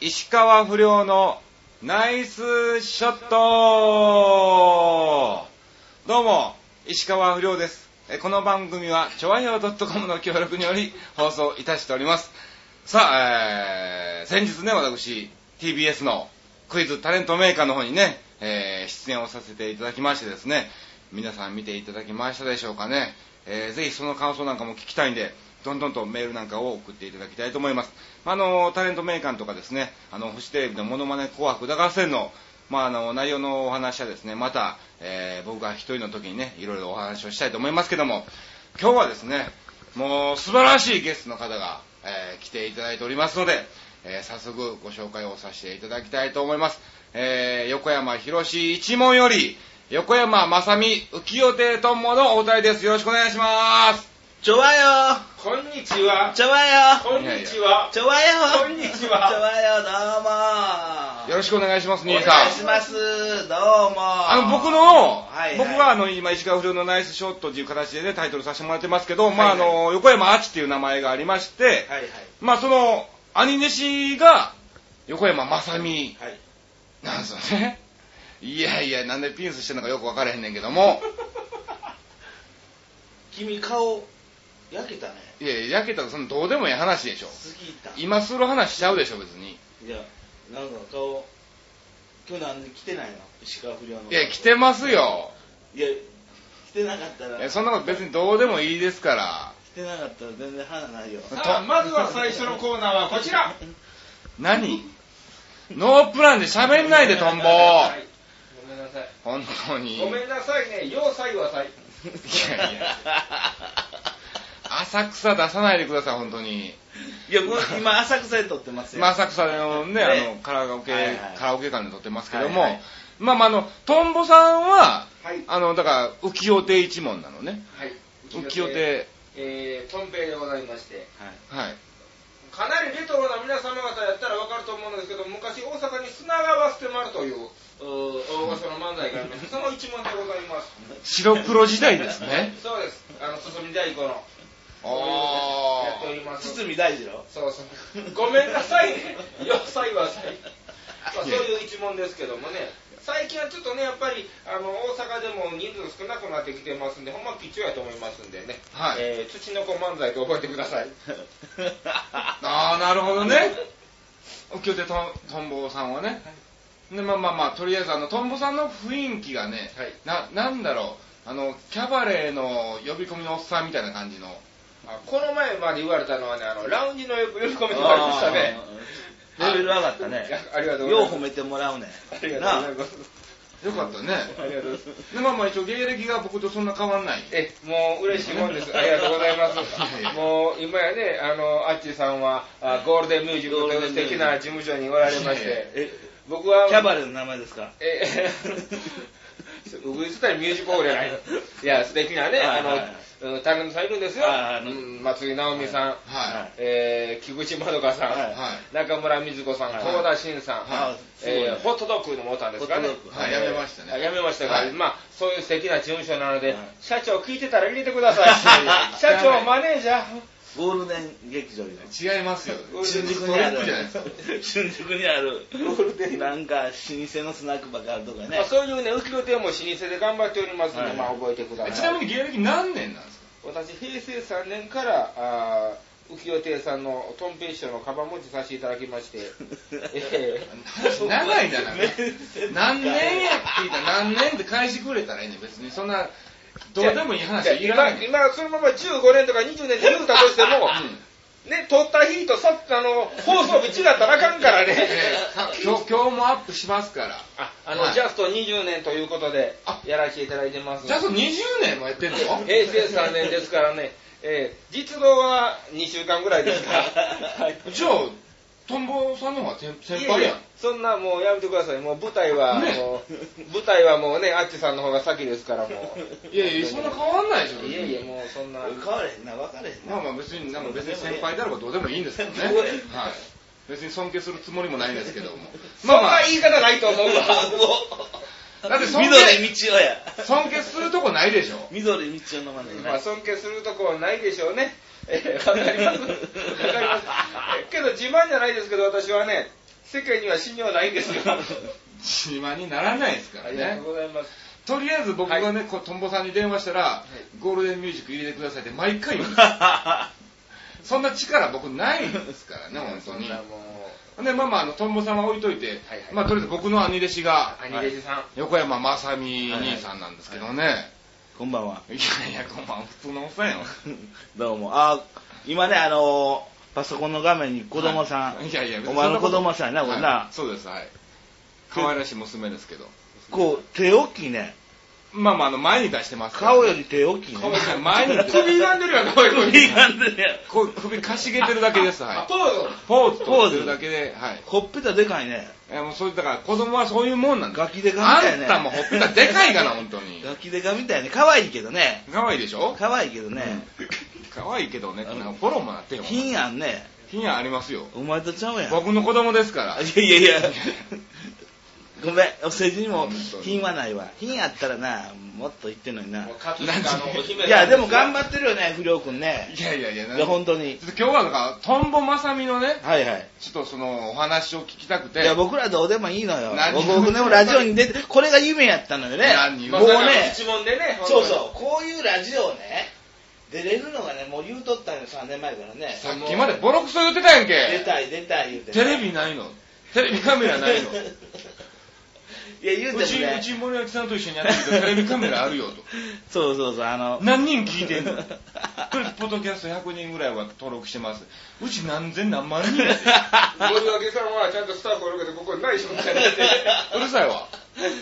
石川不良のナイスショットどうも、石川不良です。えこの番組は、ちょわひょう .com の協力により放送いたしております。さあ、えー、先日ね、私、TBS のクイズタレントメーカーの方にね、えー出演をさせていただきましてですね、皆さん見ていただきましたでしょうかね。えーぜひその感想なんかも聞きたいんで、どんどんとメールなんかを送っていただきたいと思います。まああの、タレントメーカーとかですね、あの、星テレビのモノマネ紅白歌合戦の、まあ、あの、内容のお話はですね、また、えー僕が一人の時にね、いろいろお話をしたいと思いますけども、今日はですね、もう素晴らしいゲストの方が、えー来ていただいておりますので、えー早速ご紹介をさせていただきたいと思います。えー横山博史一門より、横山正美浮世亭とんものお二人です。よろしくお願いします。ちょわよこんにちは。ちょわよこんにちは。ちょわよこんにちはちょわよどうもよろしくお願いします、兄おさん。願いします。どうもあの僕の、はい僕はあの今石川不良のナイスショットという形でねタイトルさせてもらってますけど、まああはいはいの横山アチっていう名前がありまして、はいはい。まあその兄弟子が横山正美はい。なんですよね。いやいやなんでピンスしてんのかよく分からへんねんけど も、君顔、焼けたね。いやいや焼けたらそのどうでもいい話でしょ。すぎた。今する話しちゃうでしょ別に。いや、なんか顔、今日なんで来てないの石川不良の。いや来。てますよ。いや、来てなかったら、いやそんなこと別にどうでもいいですから。来てなかったら全然花ないよ。さあ、まずは最初のコーナーはこちら。何？ノープランで喋んないでトンボ。はいごめんなさい。本当に。ごめんなさいね。要塞は塞。い やいや浅草出さないでください、本当に。いや、もう今、浅草で撮ってますよ。まあ、浅草のね、ねあの、カラオケ、はいはいカラオケ館で撮ってますけども、はいはいまあまあ、あの、トンボさんは、はい。あの、だから、浮世亭一門なのね。はい。浮世。亭、えー、トンペイでございまして。はい。かなりレトロな皆様方やったらわかると思うんですけど、昔大阪に砂川捨て丸という、うー大御所の漫才があり まして、その一問でございます。白黒時代ですね。そうです。あの、進み太鼓の。あやっております。堤大二郎そうそう。ごめんなさいね。要塞は 塞。まあ、そういう一問ですけどもね、最近はちょっとね、やっぱりあの大阪でも人数少なくなってきてますんで、ほんま貴重やと思いますんでね、はいえー、土の子漫才と覚えてください。ああ、なるほどね。浮世亭とトンボさんはね。で、まあまあまあ、とりあえず、あの、トンボさんの雰囲気がね、はいな、なんだろう、あの、キャバレーの呼び込みのおっさんみたいな感じの。あこの前まで言われたのはね、あのラウンジの呼び込みで言われましたね。あーレベル上がったねいやありがとうござよいうます褒めてもらうねありがとうございます。よかったね。ありがとうございます。で、まあまあ一応芸歴が僕とそんな変わんない。え、もう嬉しいもんです。ありがとうございまいやいやす。もう今やね、あの、アッチーさんは、あゴールデンミュージックという素敵な事務所におられましいやいやて、え僕は、キャバレーの名前ですかえー、僕言ってたらミュージックオールじゃないの。いや、素敵なね、はいあはいの、うんタレントさんいるんですよ。はいはいうん松井直美さん、はえー、菊池まどかさん、い。ははい。中村瑞子さん、はい遠田真さん、はいえーホットドッグのモーターですかねホットドッ。グはいやめましたねあやめましたが、はいまあ、そういう素敵な事務所なので、はい社長聞いてたら入れてくだ さい。や社いや長、マネージャー。ゴールデン劇場の違います よ。ゴールデン新ト宿にリあッるプじゃないですか。新宿にあるゴールデンなんか老舗のスナックばっかあるとかまね あ、そういうね、浮世亭も老舗で頑張っておりますので、はいまあ、覚えてください。ちなみに芸歴何年なんですか私、平成3年から、あー浮世亭さんのトンペイ師匠のカバン持ちさせていただきま して、えー話長いな、なんか。 何年やって言ったら何年って返してくれたらいいねん別にそんな、どうでもいい話はいらない。今、今そのまま15年とか20年で言うたとしても、ね、撮った日とさあの放送日違ったらあかんからね。えーさ今日今日もアップしますから。あ、あの、はいジャスト20年ということであ、やらせていただいてます。じゃあその20年もやってんの平成3年ですからね、えー実動は2週間ぐらいです から。はいじゃあ、トンボさんの方が先先い輩えいえやん。そんなもうやめてください。もう舞台は、ねもう、舞台はもうね、あっちさんの方が先ですから、もいやいや、そんな変わんないでしょ。う。いえいえ、もうそんな。変われへんな分かれへんなまあまあ別に、なんか別に先輩であればどうでもいいんですけどね。はい。別に尊敬するつもりもないんですけ ども。まあまあ、そんな言い方ないと思うわ。だってそんな緑道夫や尊敬するとこないでしょ。緑道夫のま ねまあ、尊敬するとこはないでしょう ね。えーわ、かります。わかります。えーけど自慢じゃないですけど、私はね、世界には信用ないんですよ。島にならないですかあらりがとねうございます。とりあえず僕がね、こうトンボさんに電話したら、いゴールデンミュージック入れてくださいって毎回 言うんですそんな力僕ないですからね本当にそんなもでまあまああのトンボさんは置いといて、はいはいまあとりあえず僕の兄弟子がう、兄弟子さん。横山正美兄さんなんですけどね、 こんばんは。いやいやこんばんは普通のおっさんやわどうも。あ、今ね、あのーパソコンの画面に子供さん。はいいやいや別にお前のそ子んなこと供さんやな、これはな。いそうですはい可愛らしい娘ですけどこう、手大きいね。まあまああの前に出してますからね顔より手大きいね。顔より前 に首がんでるやん、こういう首がんでね。こう首かしげてるだけですあはポーズいポーズとするだけではいほっぺたでかいね。いやもうそうだから子供はそういうもんなんだガキデカあみたいんね。たもほっぺたでかいか な本当にガキデカみたいね。可愛いけどね。可愛いでしょ可愛いけどね。可愛いけどねなんかフォローもなってよ品やんね。品ありますよお前とちゃうやん。僕の子供ですからいやいやいや。ごめん、お世辞にも本当に品はないわ。品あったらな、もっと言ってんのにな。もう、勝つかのお姫様いや、でも頑張っってるよね、不良くんね。いやいやいやいや、本当にち。ょっと今日はなんかトンボまさみのねはいはい。ちょっとそのお話を聞きたくていや、僕らどうでもいいのよ何。僕僕でもラジオに出て、これが夢やったのよね。何ももううねね、、一問でね、そうそう、こういうラジオね、出れるのがね、もう言うとったんよ、3年前からね。さっきまでボロクソ言ってたやん出けたい、出たい言うてね。テレビないのテレビカメラないの いや、言うてもうちねう。ち森脇さんと一緒にやってる けどテレビカメラあるよとそうそうそう、あの、何人聞いてんの とりあえずポッドキャスト100人ぐらいは登録してますうち何千何万人やで 森脇さんはちゃんとスタッフおるけど、ここないしょみたいな。うるさいわ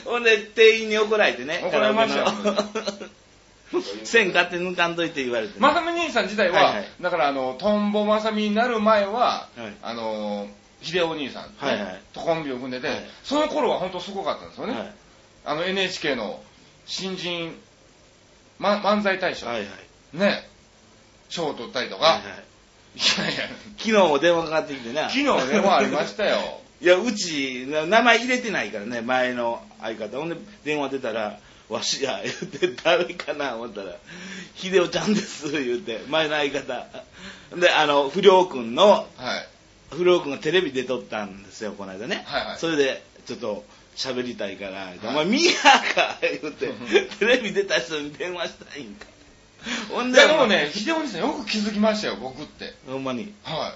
ほんで、店員に怒られてね。怒られましたよカラオケの 線買って抜かんといて言われてね、まさみ兄さん自体は、はいはいだからあのトンボまさみになる前は、はいあの秀夫兄さん、ねはいはいとコンビを組んでて、はいその頃は本当すごかったんですよね、はいあの NHK の新人、ま、漫才大賞、はいはい。ね賞を取ったりとか、はいはいいやいや昨日も電話かかってきてな。昨日電話ありましたよ いや、うち、な名前入れてないからね、前の相方。ほんで、電話出たら、わしや、言って、誰かな思ったら、 秀夫ちゃんです、言うて、前の相方。で、あの、不良くんの、はい不良くんがテレビ出とったんですよ、この間ね。はいはいそれで、ちょっと、喋りたいから、いお前、ミーハーか言うて、テレビ出た人に電話したいんか。ほんいで、やでもね秀夫兄さんよく気づきましたよ僕ってほんまに。は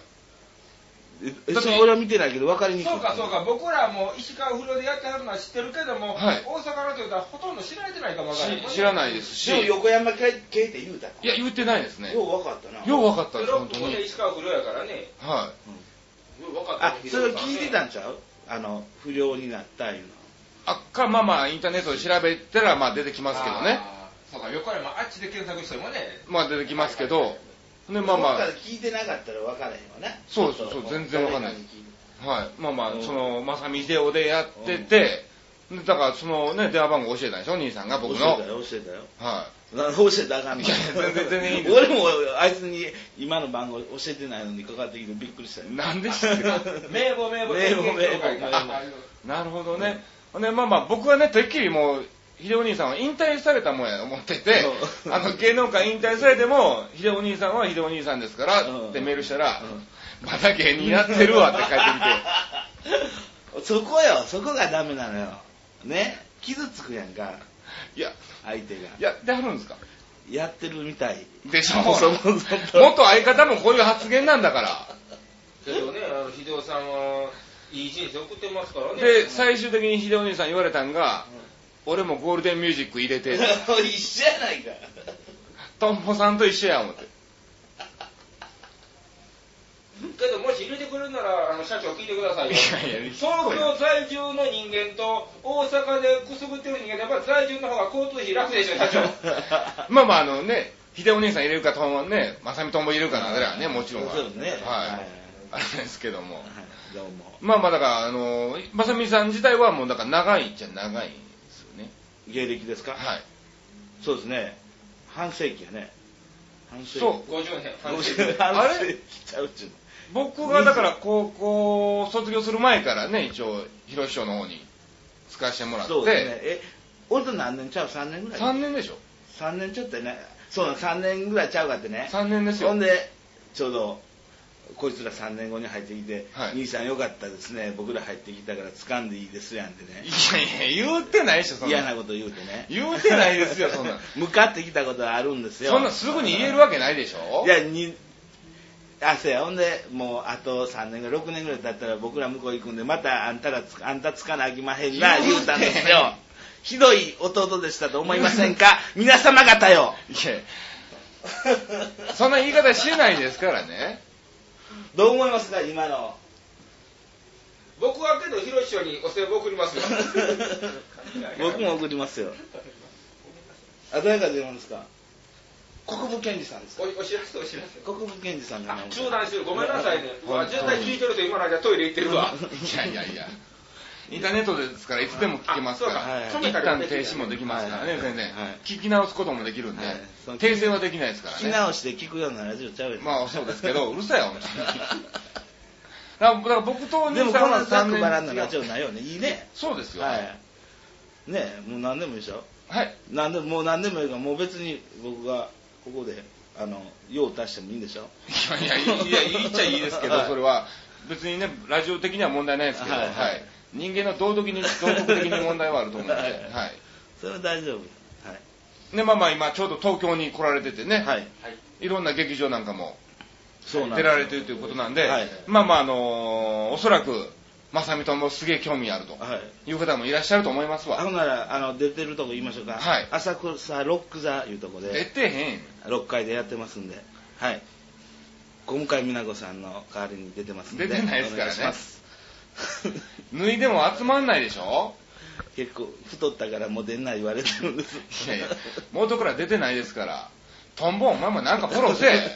えだってそう俺は見てないけど、分かりにくい。そうかそうか、僕らも石川不良でやってはるのは知ってるけども、はい大阪のというはほとんど知られてないかもわからないいし知らないですしでもい横山系って言うたかや言ってないですねよう分かったな。よう分かったブですロ本ッ当クにもね、石川不良やからね。はい分かったあね、それ聞いてたねんちゃうあの、不良になったいうの。あっかまあまあインターネットで調べたらまあ出てきますけどねあーそうか、横山あっちで検索してもね。まあ出てきますけど、はいねまあまどっから聞いてなかったら分からへんわね。そうそうそう全然分かんない誰に聞いてあはいまあまあうんそのまさみデオでやってて、でだからそのね電話番号教えたんでしょ兄さんが僕のはい教えたよ、教えたよ。あな教えたらあかんのいや 全然全然いいです俺もあいつに今の番号教えてないのにかかってきてびっくりしたよなんで知ってる名簿名簿名簿名簿名簿あなるほどね、ほんでまあまあ僕はねてっきりもう秀夫兄さんは引退されたもんや思っててう、んあの芸能界引退されても、秀夫兄さんは秀夫兄さんですからうんってメールしたらうん、まだ芸人やってるわって書いてみて。 そこよそこがダメなのよね傷つくやんか いや、相手がやってはるんですかやってるみたいでしょそうそうそう元相方もこういう発言なんだから。けどね、あの秀夫さんはいい人生送ってますからね。で、最終的に秀夫兄さん言われたんが、俺もゴールデンミュージック入れて、 一緒やないかトンボさんと一緒や思って。けどもし入れてくれるならあの社長聞いてくださいよいやいや東京在住の人間と大阪でくすぶってる人間でやっぱ在住の方が交通費楽でしょ 社長まあまあ、あのね、秀夫兄さん入れるか、トンボね、まさみトンボ入れるかなんだらね、もちろんは。そうねははいい。あれですけども。どうもまあまあ、だから、あの、まさみさん自体はもう、だから長いっちゃ長いんですよね。芸歴ですかはい。そうですね半世紀やね半世紀そう50年半半世世紀紀あれ半世紀ちゃうっちゅうの僕がだから高校を卒業する前からね一応広島の方に使わせてもらって、そうですねえ俺と何年ちゃう3年ぐらい3年でしょ3年ちょっとねそうだ3年ぐらいちゃうかってね3年ですよほんでちょうどこいつら3年後に入ってきて、はい兄さんよかったですね僕ら入ってきたから掴んでいいですやんってねいやいや、言うてないでしょ、そん嫌なな。こと言うてね言うてないですよそんなん 向かってきたことはあるんですよそんなんすぐに言えるわけないでしょいやにあそうやほんでもうあと3年ぐらい6年ぐらい経ったら僕ら向こう行くんでまたあんたらつあんたつかなあきまへんな言うて言うたんですよひどい弟でしたと思いません か皆様方 よいやそんな言い方しないですからね。どう思いますか今の。僕はけど、ヒロシ師匠にお世話送りますよ 僕も。送りますよあ誰から出るんですか国分健二さんですかおお知らせ、お知らせ。国分健二さんだあな、中断してる。ごめんなさいね。うはいわ渋滞聞いてると今の間トイレ行ってるわ。いやいやいや。インターネットですから、いつでも聞けますかあら。そうか一旦停止もできますからね、はい全然はい。聞き直すこともできるんではいその。訂正はできないですから聞きね。直して聞くようなラジオちゃうよまあそうですけど、うるさいわ、 本当にだから僕とおで兄もさこんんはなざっ3くばらんなラジ年オないよねいいねそうですよ。ははいねえもう何でもいいでしょい。何でももう何でもいいからもう別に僕がここであの用を足してもいいんでしょ いやいや、いや言っちゃいいですけはど、いそれは、別にね、ラジオ的には問題ないですけど、ははいい人間の道徳に道徳的に問題はあると思うんで、ははいいそれは大丈夫はいでまあまあ、今、ちょうど東京に来られててね、はいい、ろんな劇場なんかもそうなん出られてるということなんで、はいまあまあ、あのーおそらく、まさみともすげえ興味あるとはいいう方もいらっしゃると思いますあわ。ほんならあの出てるとこ言いましょうかはい浅草ロック座いうとこ出でてへん。 6階でやってますんではい今回美奈子さんの代わりに出てますんで出てないですからねお願します 脱いでも集まんないでしょ結構太ったからもう出んない言われてるんですいや いや、元から出てないですから。トンボ、お前もなんかフォローせえ。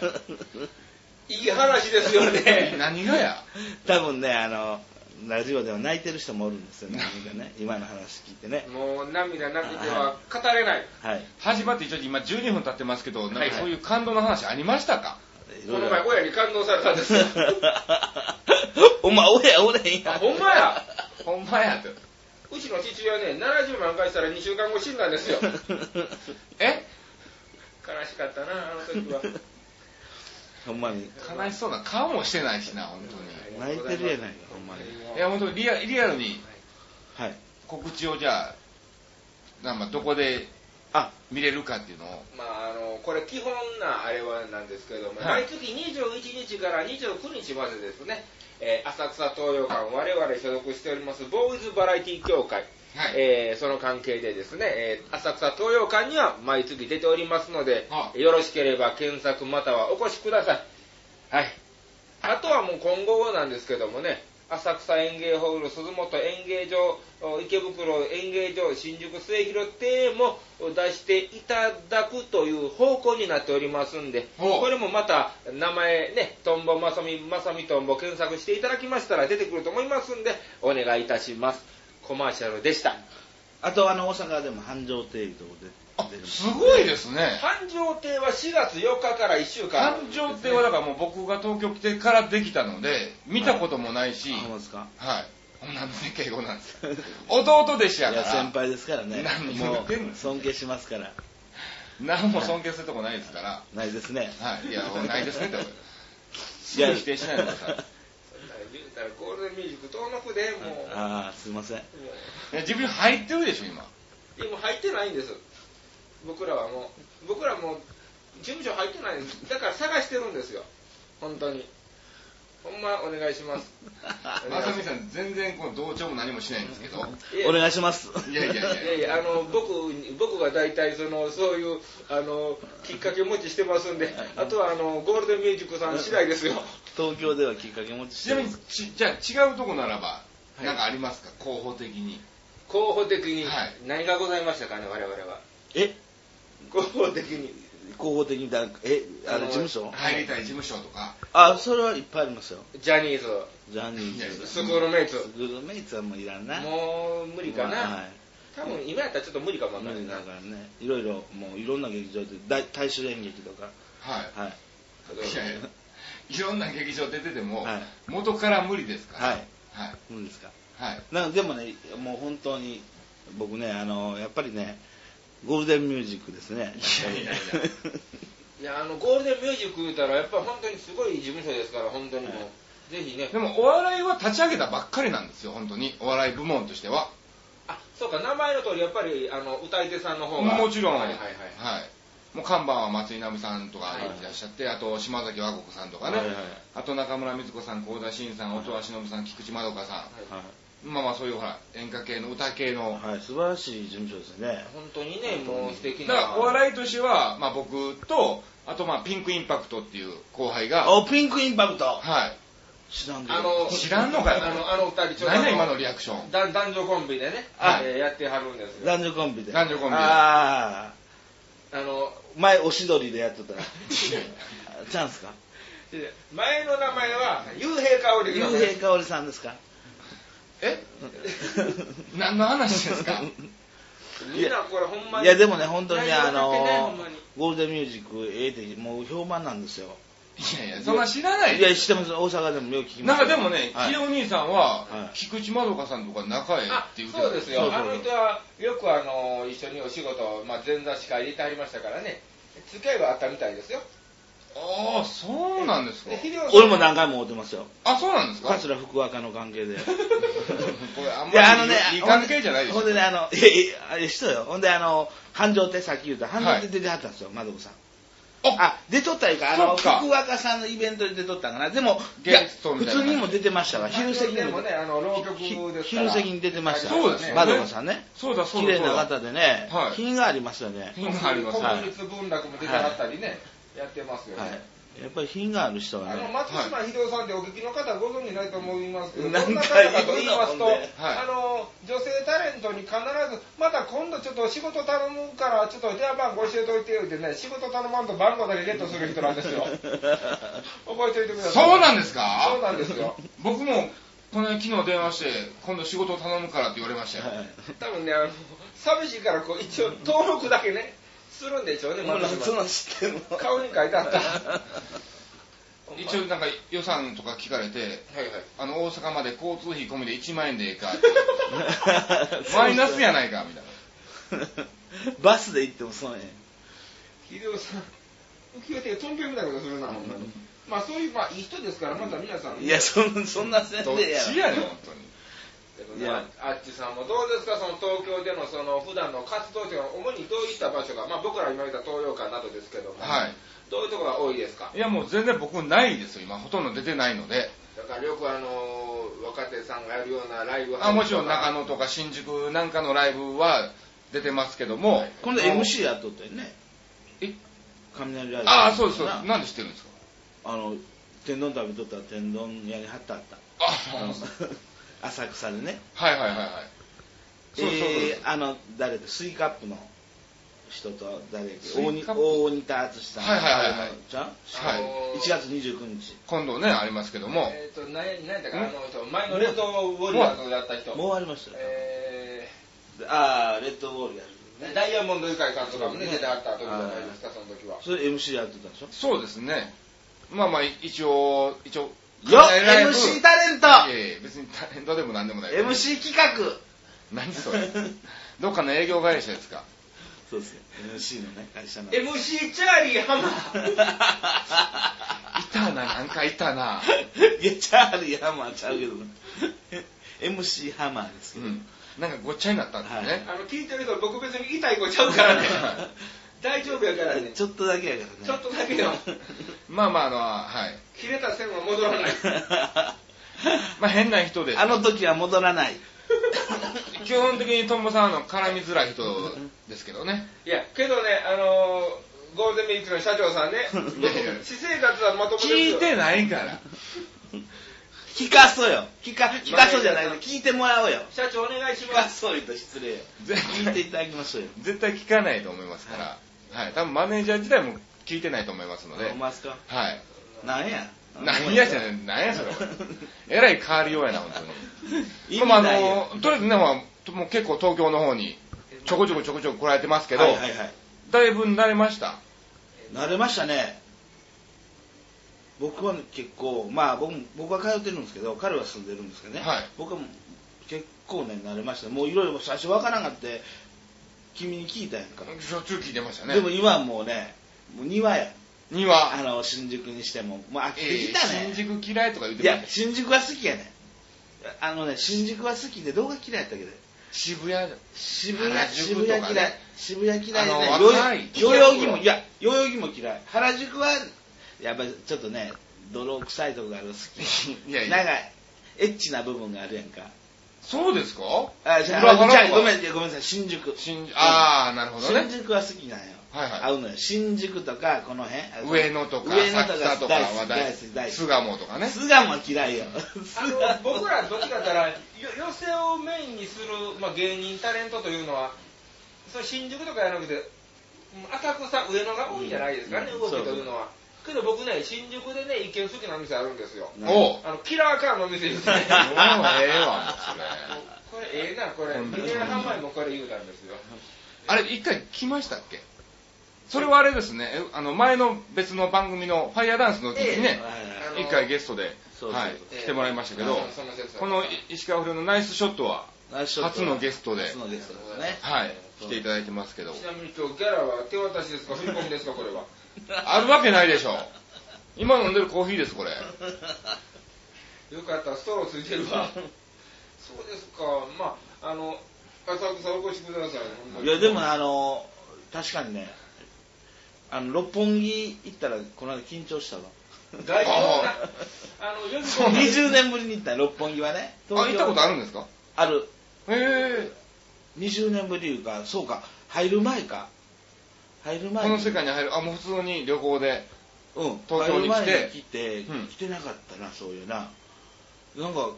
いい話ですよね。 何がや。 多分ねあのラジオでは泣いてる人もおるんですよね何かね今の話聞いてねもう涙なくては語れない。はい始まって一応今12分経ってますけど、なはんいかそういう感動の話ありましたか、いころいろの前親に感動されたんですよ。 お前俺や俺やあほんまや。ほんまやと。うちの父親ね、70万回したら2週間後死んだんですよ。悲えしかったな、あの時は。 ほんまに悲しそうな顔もしてないしな、本泣いてるやないかほんまに当に。いや、本当にリアリアルにはい告知をじゃあ、なんかどこであ見れるかっていうのを。まあ、あのこれ基本なあれはなんですけれども、はい毎月21日から29日までですね、えー浅草東洋館我々所属しておりますボーイズバラエティ協会、はいえーその関係でですね、えー浅草東洋館には毎月出ておりますので、はよろしければ検索またはお越しくださいはいあとはもう今後なんですけどもね浅草園芸ホール、鈴本園芸場、お池袋園芸場、新宿末広亭も出していただくという方向になっておりますんで、ほうこれもまた名前ね、とんぼまさみ、まさみとんぼ検索していただきましたら出てくると思いますんで、お願いいたします。コマーシャルでした。あとあの大阪でも繁盛亭いうとこあで出、るすごいですね。繁盛亭は4月4日から1週間、感情ってはだからもう僕が東京来てからできたので、見たこともないし、あほんまですかはい。こんなんで敬語なんですよ。弟弟子やいかやら。先輩ですからね何言もってんのう尊敬しますから何も尊敬するとこないですから。ないですねはい。いや、ないですねって。すぐ否定しないでください。言うたらゴールデンミュージック遠のくでもう、もああすいませんういや自分入ってるでしょ今でも入ってないんです僕らはもう僕らもう事務所入ってないんですだから探してるんですよ本当にほんまお願いしますまさみさん全然この同調も何もしないんですけどやお願いしますいやいやいいやいやあの僕に僕が大体そのそういうあのきっかけ持ちしてますんであとはあのゴールデンミュージックさん次第ですよ東京ではきっかけ持ちしちてなみるにちじゃあ違うとこならばいなんかありますか、候補的に候補的にはい何がございましたかね我々はえ候補的に広報的にだえあの事務所入りたい事務所とかあそれはいっぱいありますよジャニーズジャニーズスクールメイツスクールメイツはもういらんなもう無理かな、まあはい多分今やったらちょっと無理かもわか無んない理なだからねいろいろもういろんな劇場で大大衆演劇とかはい、はいい、やいやいろんな劇場出てても、はい元から無理ですからはいはい無理ですかはいなでもねもう本当に 僕ねあのやっぱりねゴールデンミュージックですいねやいやいやいやあのゴールデンミュージック言うたらやっぱ本当にすごい事務所ですから本当にもう、はぜひねでもお笑いは立ち上げたばっかりなんですよ本当にお笑い部門としてはあそうか名前の通りやっぱりあの歌い手さんの方がもちろんはいはいはい、はいもう看板は松井直美さんとかいらっしゃって、あと島崎和子さんとかね、はいはいあと中村瑞子さん幸田真さん音羽忍さん菊池まどかさはいん、まあまあそういうほら演歌系の歌系の、はい、素晴らしい事務所ですね。本当にねもう素敵だなからお笑いとしては、まあ、僕とあとまあピンクインパクトっていう後輩がお、ピンクインパクトはい知らんであの知らんのかよあのあの二人ちょうど何や今のリア クションだ男女コンビでね、はいえーやってはるんですよ男女コンビで。男女コンビでああ。あの前、おしどりでやっ とったら。チャンスか前の名前は幽閉香織幽閉かおりさんですかえ何の話です かみんなこれほんまにいやでもね本当に内容あ関係ないのほんまにゴールデンミュージックええってもう評判なんですよいやいやそんな知らないいや知ってます大阪でもよく聞きなまんすかでもね、はいひよお兄さんは、はい菊池まどかさんとか仲ええあって言ってたそうですよそうそうあの人はよくあの一緒にお仕事、まあ、前座しか入れてありましたからね付き合いはあったみたいですよああそうなんですかで秀夫さん俺も何回も会うてますよあそうなんですか桂福岡の関係でこれあんまりいやあのねいい関係じゃないでしょほんでねあのいやいやあれ人よほんであの繁盛亭さっき言った繁盛はい亭出てはったんですよまどこさんああ出とったいうかあのそっか福若さんのイベントで出とったんかなでもいゲやストみ普たいな通にも出てましたわ昼席にでももねあの浪曲ですか昼ら席に出てましたそうですよねまどこさんねそうだそう綺だ麗な方でね、はい品がありますよね、品がありますね国立文楽も出てはったりね、やってますよね、はい、やっぱり品がある人はあのね松島秀夫さんってお聞きの方ご存じないと思いますけど、何どんな回言うの方かと言いますと、ほんではいあの女性タレントに必ず、また今度ちょっと仕事頼むから、ちょっと電話番号教えといてよってね、仕事頼まんと番号だけゲットする人なんです よ。覚えておいてください。そうなんですかそうなんですよ。僕もこの間昨日電話して今度仕事頼むからって言われましたよ、多分ね、あの寂しいからこう一応登録だけね、するんでしょうね、もう松そ島の知ってるの顔に書いてあった。 一応なんか予算とか聞かれてはいはい。あの大阪まで交通費込みで1万円でええ かマイナスやないかみたいなバスで行ってもそうね秀夫さん、浮世てとんぺんみたいなことするな、ほんまに。まあそういう、まあいい人ですから、また皆さん、いやそんそんな先どっ生やちやねん本当にいやあっちさんもどうですか、その東京でのその普段の活動というのは、主にどういった場所が、まあ、僕ら今言った東洋館などですけども、はいどういうところが多いですか、いやもう全然僕ないですよ今ほとんど出てないのでだからよく、あのー若手さんがやるようなライブハあウスとかもちろん中野とか新宿なんかのライブは出てますけども、今度あの MC やっとったよねえ雷ライブああそうですそうでなすなんで知ってるんですかあの天丼食べとったら天丼屋に貼ってあったああの 浅草でねはいはいはいはいそうそうそうえーあの誰だスイカップの人と誰だっスけイ大にカップ大仁田敦さんはいはいはいはいじゃんあのー1月29日今度ねありますけどもえっ、と、ななんだか、あの人、前のレッドウォリアーズだった人、もうありましたよ、えああレッドウォールやるーダイヤモンドユカイさんとかもね、ね出てあった時じゃないですか、その時は。それ MC やってたでしょそうですねまあまあ一応一応よっ考えられる MC タレントいやいや別にタレントでも何でもない MC 企画何 それどっかの営業会社ですかそうですね MC のね会社の MC チャーリー浜いたななんかいた ないやチャーリーハマーちゃうけどな MC ハマーですうけど、んなんかごっちゃになったんですね、あの聞いてる人、僕別に痛い子ちゃうからね、大丈夫やからね、ちょっとだけやからねちょっとだけよ。 まあまああのはい切れた線は戻らない。まあ変な人です あの時は戻らない基本的にトンボさんはあの絡みづらい人ですけどねいや、けどね、あのーゴールデンウィークの社長さんね、いやいや私生活はまともですよ聞いてないから聞かそうよ聞か聞かそうじゃないの聞いてもらおうよ社長お願いし聞まかす。そう言うと失礼よ絶聞いて対いただきましょうよ絶対聞かないと思いますから、はい多分マネージャー自体も聞いてないと思いますのでほんまっすかはいなんや何やじゃねん何やそれえらい変わりようやな本当 意に味まあないよあのとりあえずね、まあ、もう結構東京の方にちょこちょこちょこちょこ来られてますけど、はいはいはいだいぶ慣れました慣れましたね僕は結構まあ僕も僕は通ってるんですけど彼は住んでるんですけどね、はい僕はもう結構ね慣れましたもういろいろ最初わからんかって君に聞いたやんか、しょっちゅう聞いてましたねでも今はもうねもう庭やにあは、の新宿にしてももう飽きてえきたね、ー新宿嫌いとか言うていくやる新宿は好きやねあのね新宿は好きで動画嫌いやったけど渋谷じゃ渋谷、原宿渋谷とかね嫌い渋谷嫌いでねあのよ若い代々木もいや代々木も嫌い原宿はやっぱりちょっとね泥臭いとこがあるの好 きいやいやなんかエッチな部分があるやんかそうですかあじゃ裏あ腹じゃあはごめんごめんなさい新宿新ああ、なるほどね新。宿は好きなんよ、はいはい合うのよ新宿とかこの辺上野とか、上野浅と草かとか大好はき大大好好きき大好き巣鴨とかね。巣鴨嫌いよあの 僕らどっちかって言ったらよ寄せをメインにする、まあ、芸人タレントというのはそれ新宿とかじゃなくてうん浅草上野が多いんじゃないですかね、うん動きというのはけど僕ね新宿でね一見好きなお店あるんですよおおう。あのキラーカーのお店ですねもうええわもうそれこれええなこれうん2年半前もこれ言うたんですよあれ、一回来ましたっけそれはあれですね、えあの、前の別の番組のファイヤーダンスの時にね、ええ一回ゲストで、そうそうそうはい、え来てもらいましたけど、あのその説はこの石川不良のナイスショットは、 初のゲストで初のゲストですねはい、来ていた だいてますけど、ちなみに今日ギャラは手渡しですか振り込みですかこれはあるわけないでしょ。今飲んでるコーヒーです、これ。よかったストローついてるわそうですかまああの浅草お越しくださいほんまにいやでもねあの確かにねあの六本木行ったらこの間緊張したわ外国あなあのよくそうなんです20年ぶりに行った六本木はねあ、行ったことあるるんですかあるへえ。 20年ぶりいうかそうか入る前か入る前こにの世界に入る、あ、もう普通に旅行で。うん、東京に来て入る前来て、うん来てなかったな、そういうな。なんか、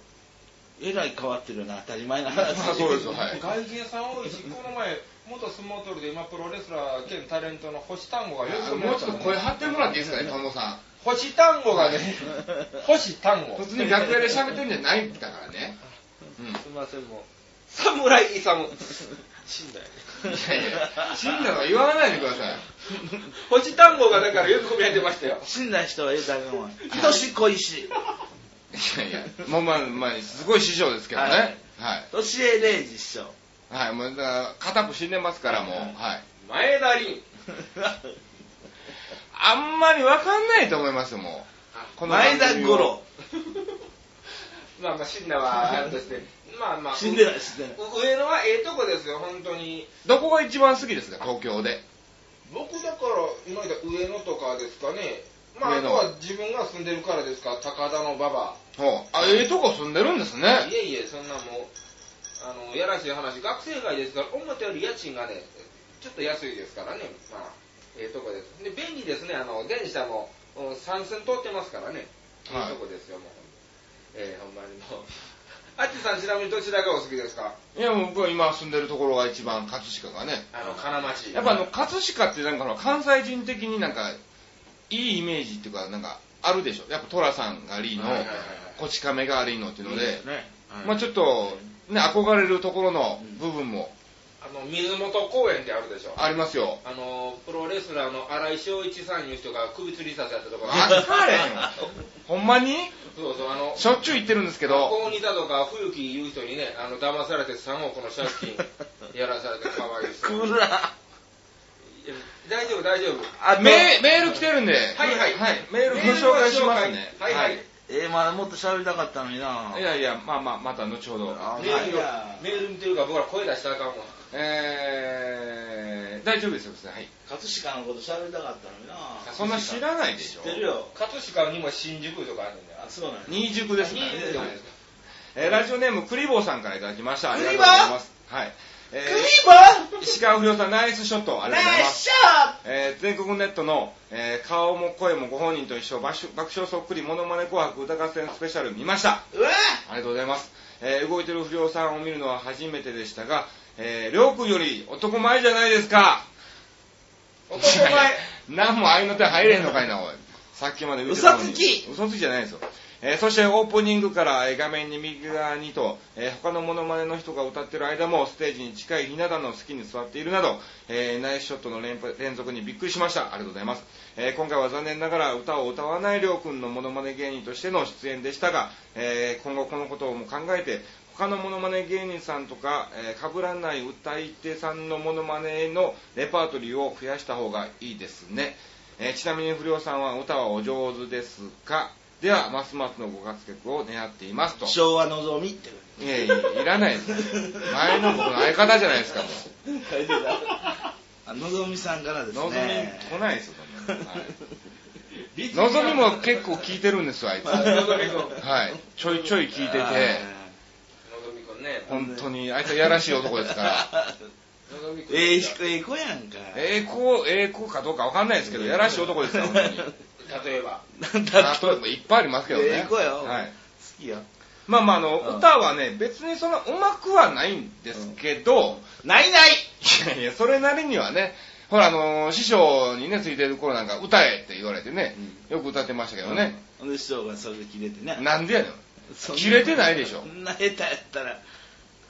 えらい変わってるな、当たり前な話。 まあそうですよ はい外人さん多いしこの前元相撲取りで今プロレスラー兼タレントの星単語がよくもうちょっと声張ってもらっていいですかね、トンボさ星単語がね星単語ん。普す通に楽屋で喋ってるんじゃないんだからね。うん。いませんもう侍勇死んだよいやいや、死んだとは言わないでください。星単語がだからよく込み上げてましたよ死んだ人はええだけの人し恋し。いやいや、もうまあ、まあ、すごい師匠ですけどね。ははいい。年江礼二師匠。はい、もうだから片っぽ死んでますから、もう。ははいい。前田凛あんまりわかんないと思いますよ、もあう。この前田番組五を郎。まあまあ死んだわあれと してまあまあ死んでない、死んでない。上野はええとこですよ本当にどこが一番好きですか、東京で。僕だから今言った上野とかですかねまああ上野とは自分が住んでるからですか高田の馬場ほう。あ、ええとこ住んでるんですねい。えいえそんなもうあのやらしい話学生街ですから思ったより家賃がねちょっと安いですからねまあええとこですで便利ですねあの電車もうん三線通ってますからねええはいとこですよもうええほんまにもうあっちさんちなみにどちらがお好きですかいや、もう僕は今住んでるところが一番、葛飾がね。あの金町やっぱあの、葛飾ってなんかほら関西人的になんか、いいイメージっていうか、なんか、あるでしょ。やっぱ寅さんがリーノはいはいはい、こち亀がリーノっていうので、ね。まあちょっと、ね、憧れるところの部分もあの水元公園ってあるでしょありますよ。あのプロレスラーの荒井翔一さんいう人が首吊り自殺やったとこあかれへんわほんまにそうそうあのしょっちゅう行ってるんですけど、高2だとか冬木いう人にねあの騙されて3億の借金やらされてかわいいしく ら。大丈夫大丈夫あとメーメール来てるんで、はいはいメールご紹介しますね。はいはいえー、まだもっと喋りたかったのにな。いやいや、まあまあ、また後ほど。あメールのはいメール見てるから僕ら声出したらあかんわえー、大丈夫ですよ、はい。葛飾のこと喋りたかったのにな。そんな知らないでし知ょ。ってるよ。葛飾にも新宿とかあるんだよあ、そうなの。新宿ですね。新宿でもはいいいですかえーラジオネームクリボーさんからいただきました。あクりリボがーとうございます。はい。えーバ石川不良さん、ナイスショット、ありがとうございます。ョッえー全国ネットの、えー顔も声もご本人と一緒、爆笑爆笑そっくり、モノマネ紅白歌合戦スペシャル見ました。うわありがとうございます。えー動いてる不良さんを見るのは初めてでしたが、えー、りょうくんより男前じゃないですか。男前なんも愛の手入れへんのかいな、おい。さっきまで見てのに嘘つき嘘つきじゃないですよ。えーそしてオープニングからえー画面に右側にと、えー他のモノマネの人が歌ってる間もステージに近いひな壇の隙に座っているなど、えーナイスショットの連発連続にびっくりしました。ありがとうございます。えー今回は残念ながら歌を歌わないりょうくんのモノマネ芸人としての出演でしたが、えー今後このことをも考えて、他のモノマネ芸人さんとか、えー、被らない歌い手さんのモノマネのレパートリーを増やした方がいいですね。えーちなみに不良さんは歌はお上手ですかではますますのご活躍を願っていますと昭和のぞみっていやいやいらないです前の僕の相方じゃないですかも書いてたあのぞみさんからでうす望みね来ないですよそんなのはいリツイート望みも結構聞いてるんですよあいつあ望み君はいちょいちょい聞いててのぞみくんね本当にあいつはやらしい男ですからのぞみくんええええ子やんかええ子ええ子かどうかわかんないですけどやらしい男です から本当に例えばなんだって例えばいっぱいありますけどねええ子よはい好きよまあまああのうん歌はね別にそんなうまくはないんですけどないないいやいやそれなりにはねほらあのー師匠にねついてる頃なんか歌えって言われてねよく歌ってましたけどねほんで師匠がそれで切れてねなんでやねんそん切れてないでしょそんな下手やったら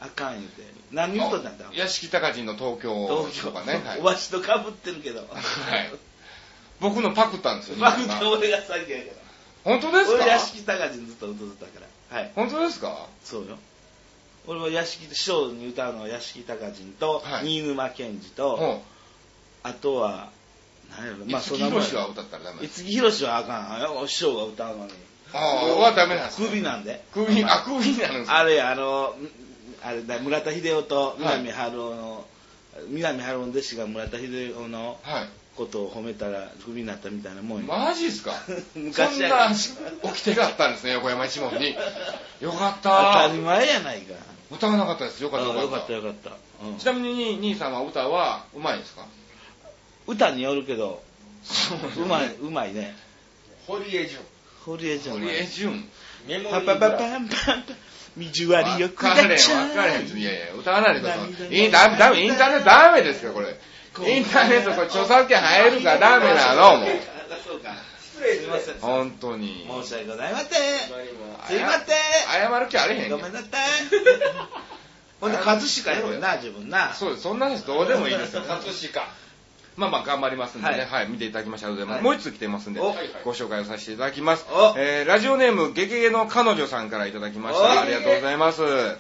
あかん言うて何人とったんだ屋敷隆人の東東京京とかねはいおわしとかぶってるけどはい僕のパクったんですよバグっ今て俺が先やか本当らです俺か屋敷高人ずっと歌ってたからはい本当ですかそうよ俺も屋敷師匠に歌うのは屋敷高人と、はい新沼謙治うと、んあとは何やろ五木ひろしは歌ったらダメ五木ひろしはあかんあの師匠が歌うのにああはダメなんですね首なんで首あ首になるんですかあれやあのんあれだ村田秀夫と南春夫の、南春夫の弟子が村田秀夫のはいことを褒めたらクビになったみたいなもんやマジですか 昔そんやな掟があったんですね横山一門 によかった当たり前やないか歌わなかったですよかったあよよかっかったたよかった、うんちなみに兄さんは歌はうまいですか歌によるけどそうまいうまいね堀江淳堀江ちゃん堀江潤メモリパーパパグラパンフパンパン水割りよく分かれへん分かれへんいやいや歌わないでくださ涙いインダメダメインターネットダメですよ これインターネットこれ著作権入るからダメなのもうそうか失礼すしいまませせんん本当に申し訳ございませんほんまにもうすいませ謝る気あれへんんごよめんなさいほんで葛飾やもんな自分なそうですそんな話どうでもいいですよ葛飾まあまあ頑張りますんでね、は、はいい見ていただきましてありがとうございます。はもう一つ来てますんでお、ご紹介をさせていただきますお。えーラジオネーム、ゲゲゲの彼女さんからいただきましおた。ありがとうございます。はい、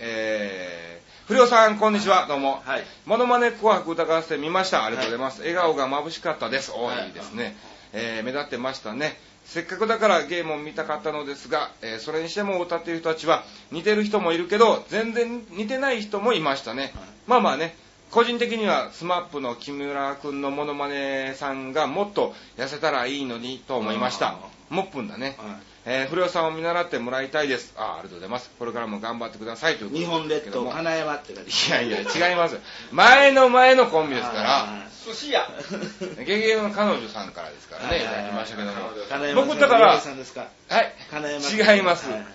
えー、不良さん、こんにちは、どうも。はいモノマネ紅白歌合戦見ました。ありがとうございます。笑顔が眩しかったです。おはいいいですね。えー、目立ってましたね。せっかくだからゲームを見たかったのですが、えーそれにしても歌っている人たちは似てる人もいるけど、全然似てない人もいましたね。まあまあね、個人的には SMAP の木村君のモノマネさんがもっと痩せたらいいのにと思いました。もっぷんだね。はいえー不良さんを見習ってもらいたいです。あーありがとうございます。これからも頑張ってくださいということ日本です列けど島も金山って書いていやいや、違います。前の前のコンビですかあ寿司屋ら、ゲゲゲの彼女さんからですからね、いはいたはいはいだきましたけども。彼女ー金山僕だからさんのお嫁さんですか金山さはんい、違います。はいはい。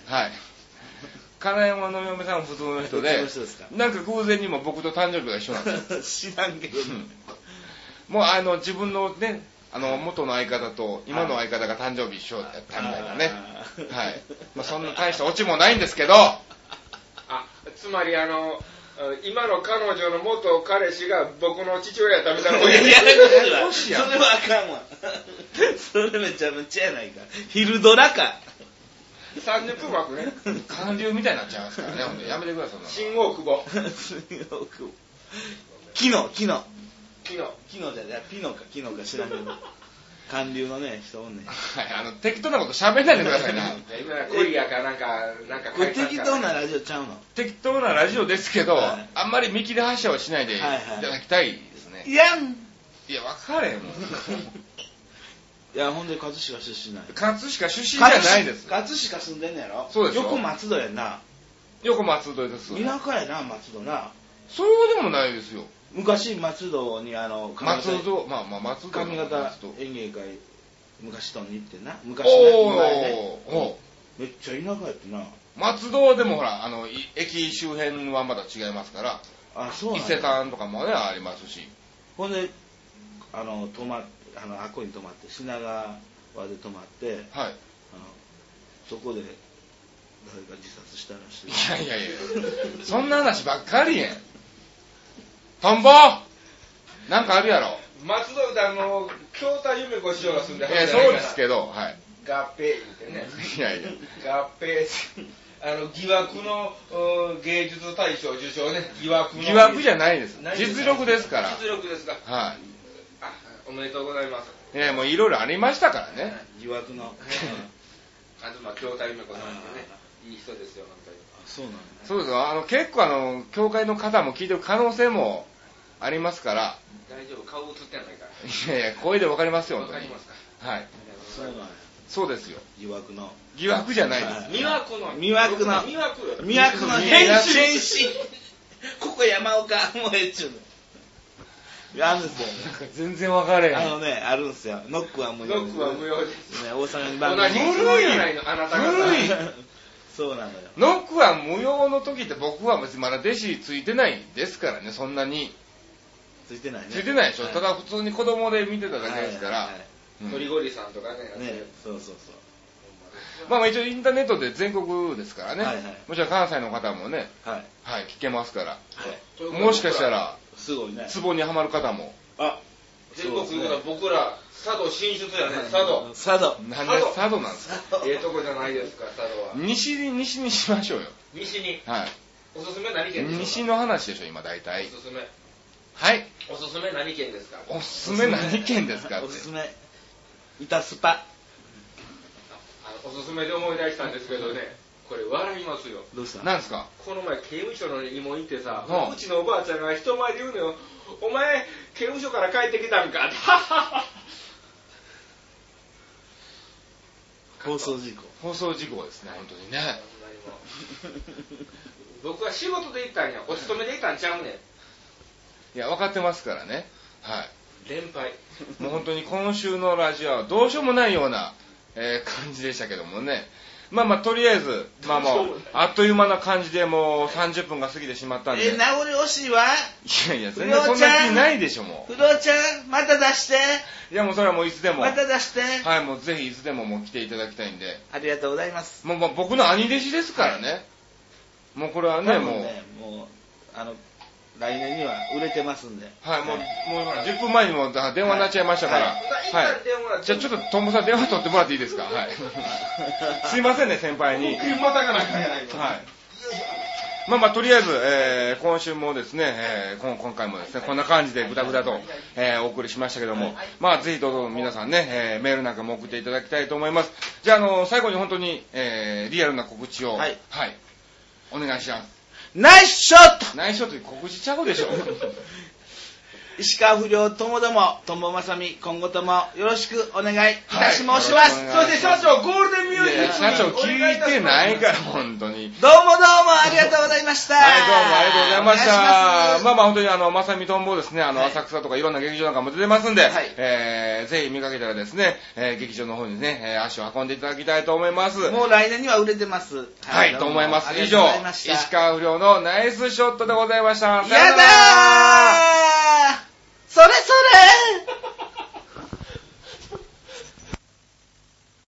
金山の嫁さんは普通の人で普通の人ですか、なんか偶然にも僕と誕生日が一緒なん ですよ。知らんけどんもうあの、自分のね、あの、元の相方と今の相方が誕生日一緒だったみたいなね。あーはい。まあそんな大したオチもないんですけ ど、あつまりあの今の彼女の元彼氏が僕の父親やったみたいなこといやいややこしいやんそれはあかんわそれめちゃめちゃやないか昼ドラか30分枠ね韓流みたいになっちゃいますからね、ほんとやめてください、そんな新大久保キノキノ昨日キノじゃいやピノかキノか知らんけど韓流のね人おんねんの。はい、あの、適当なこと喋んないでくださいな。今コリアかなんかなんかこれ適当なはラジオちゃうの適当なラジオですけど、はいあんまり見切り発車はしないでいはいはいただきたいですね、い、いやんや分かれへんもんいやほんで葛飾出身なんや葛飾出身じゃないです葛飾住んでんのやろそうですよ横松戸やんな横松戸です田舎やな松戸なそうでもないですよ昔松戸にあの松戸まあまあ松戸髪型松戸演芸会昔とに行ってなお昔ーね前ねおめっちゃ田舎やってなー松戸はでもほらあのい駅周辺はまだ違いますからあそう伊なん勢や丹とかもねありますしほんであの泊まあのあっこに泊まって品川で泊まってはいあのそこで誰か自殺したらしいいやいやいやそんな話ばっかりやんトンボなんかあるやろ松戸歌の京太夢子師匠が住んでいはやるそうですどけどはい合併言ってねいやいや合併あの疑惑のうん芸術大賞受賞ね疑惑の疑惑じゃないですないです実力ですから実力ですかはいあおめでとうございます。いやもういろいろありましたからね疑惑の。東京太夢子さんってね、いい人ですよ、本当に。そうなんだ。そうですよあの結構あの教会の方も聞いてる可能性もありますから大丈夫、顔映ってないから。いやいや声でわかりますよわ本当かりにますか。はいそうなんや。そうですよ疑惑の。疑惑じゃないではい魅惑の。魅惑の魅惑よ。魅惑の変身。変身。 ここ山岡もうええっちゅうの。いやあるんですよ。すなんか全然分かれへんあのね、あるんですよ。ノックは無料ノックは無用です。ね、大阪に同番じ組。すごいじゃないの、あなた方。古いそうなのよ。ノックは無用の時って僕は別にまだ弟子ついてないですからねそんなについてないね。ついてないでしょ、はただ普通に子供で見てただけですから、はいはいはいうん鳥ゴリさんとかね、ね、そうそうそう。まあまあ一応インターネットで全国ですからね、はいはいもちろん関西の方もね、はい。はい。はい、聞けますから、もしかした、ら、すごいね。壺にはまる方も、あ、全国の僕ら、佐渡進出やね、佐渡。佐渡。なんで佐渡なんですか佐渡ええとこじゃないですか、佐渡は。西に、西にしましょうよ。西に、はい。おすすめ何県です西かの話でしょ、今大お体。すすめ。はい。おすすめ何県ですかおすすめ何県ですかってお。すすめイタスパあのおすすめで思い出したんですけどね、これ笑いますよ。どうしたなんですかこの前刑務所の芋行ってさ、うんうちのおばあちゃんが人前で言うのよ「お前刑務所から帰ってきたん か」ってはっはっは放送事故放送事故ですね、本当にね。僕は仕事で行ったんやお勤めで行ったんちゃうねいや、分かってますからね。はん連敗い。もう本当に今週のラジオはどうしようもないような、えー感じでしたけどもね。まあまあ、とりあえず、まあもうどうしようもない、あっという間な感じでもう30分が過ぎてしまったんで。え名残惜しいわいやいや、全然そんな気ないでしょ、も不動ちゃんまた出してう。いや、もうそれはもういつでも。また出してはい、もうぜひいつでももう来ていただきたいんで。ありがとうございますもうまあ僕の兄弟子ですからね。もうこれはね、多分もう。もうあの来年には売れてますんではい、もう、もうほら10分前にもうあ電話になっちゃいましたから。ははい。一旦電話じゃあちょっと、ともさん電話取ってもらっていいですかはい。 すいませんね、先輩に。はい。またかなきゃいけないまあまあ、とりあえず、えー今週もですね、えーこん今回もですね、こんな感じでぐだぐだと、えーお送りしましたけども、まあ、ぜひどうぞ皆さんね、えーメールなんかも送っていただきたいと思います。じゃあ、あの、最後に本当に、えーリアルな告知を、はいお願いします。ナイスショット内緒という告知ちゃうでしょ。 石川不良ともどもともまさみ今後ともよろしくお願いいたし申します、はいよろしくお願いしそますして社長長ゴールデンミュージック社長聞いてないから、本当に。どうもどうもありがとうございました。はい、どうもありがとうございましお願いた。しまあままあ本当にあの、まさみとんぼですね、あの、はい浅草とかいろんな劇場なんかも出てますんで、はいえー、ぜひ見かけたらですね、えー、劇場の方にね、えー足を運んでいただきたいと思います。すもう来年には売れてます。はい、はい、とどうも思いますあ。り以がと上うございま、した石川不良のナイスショットでございました。やだー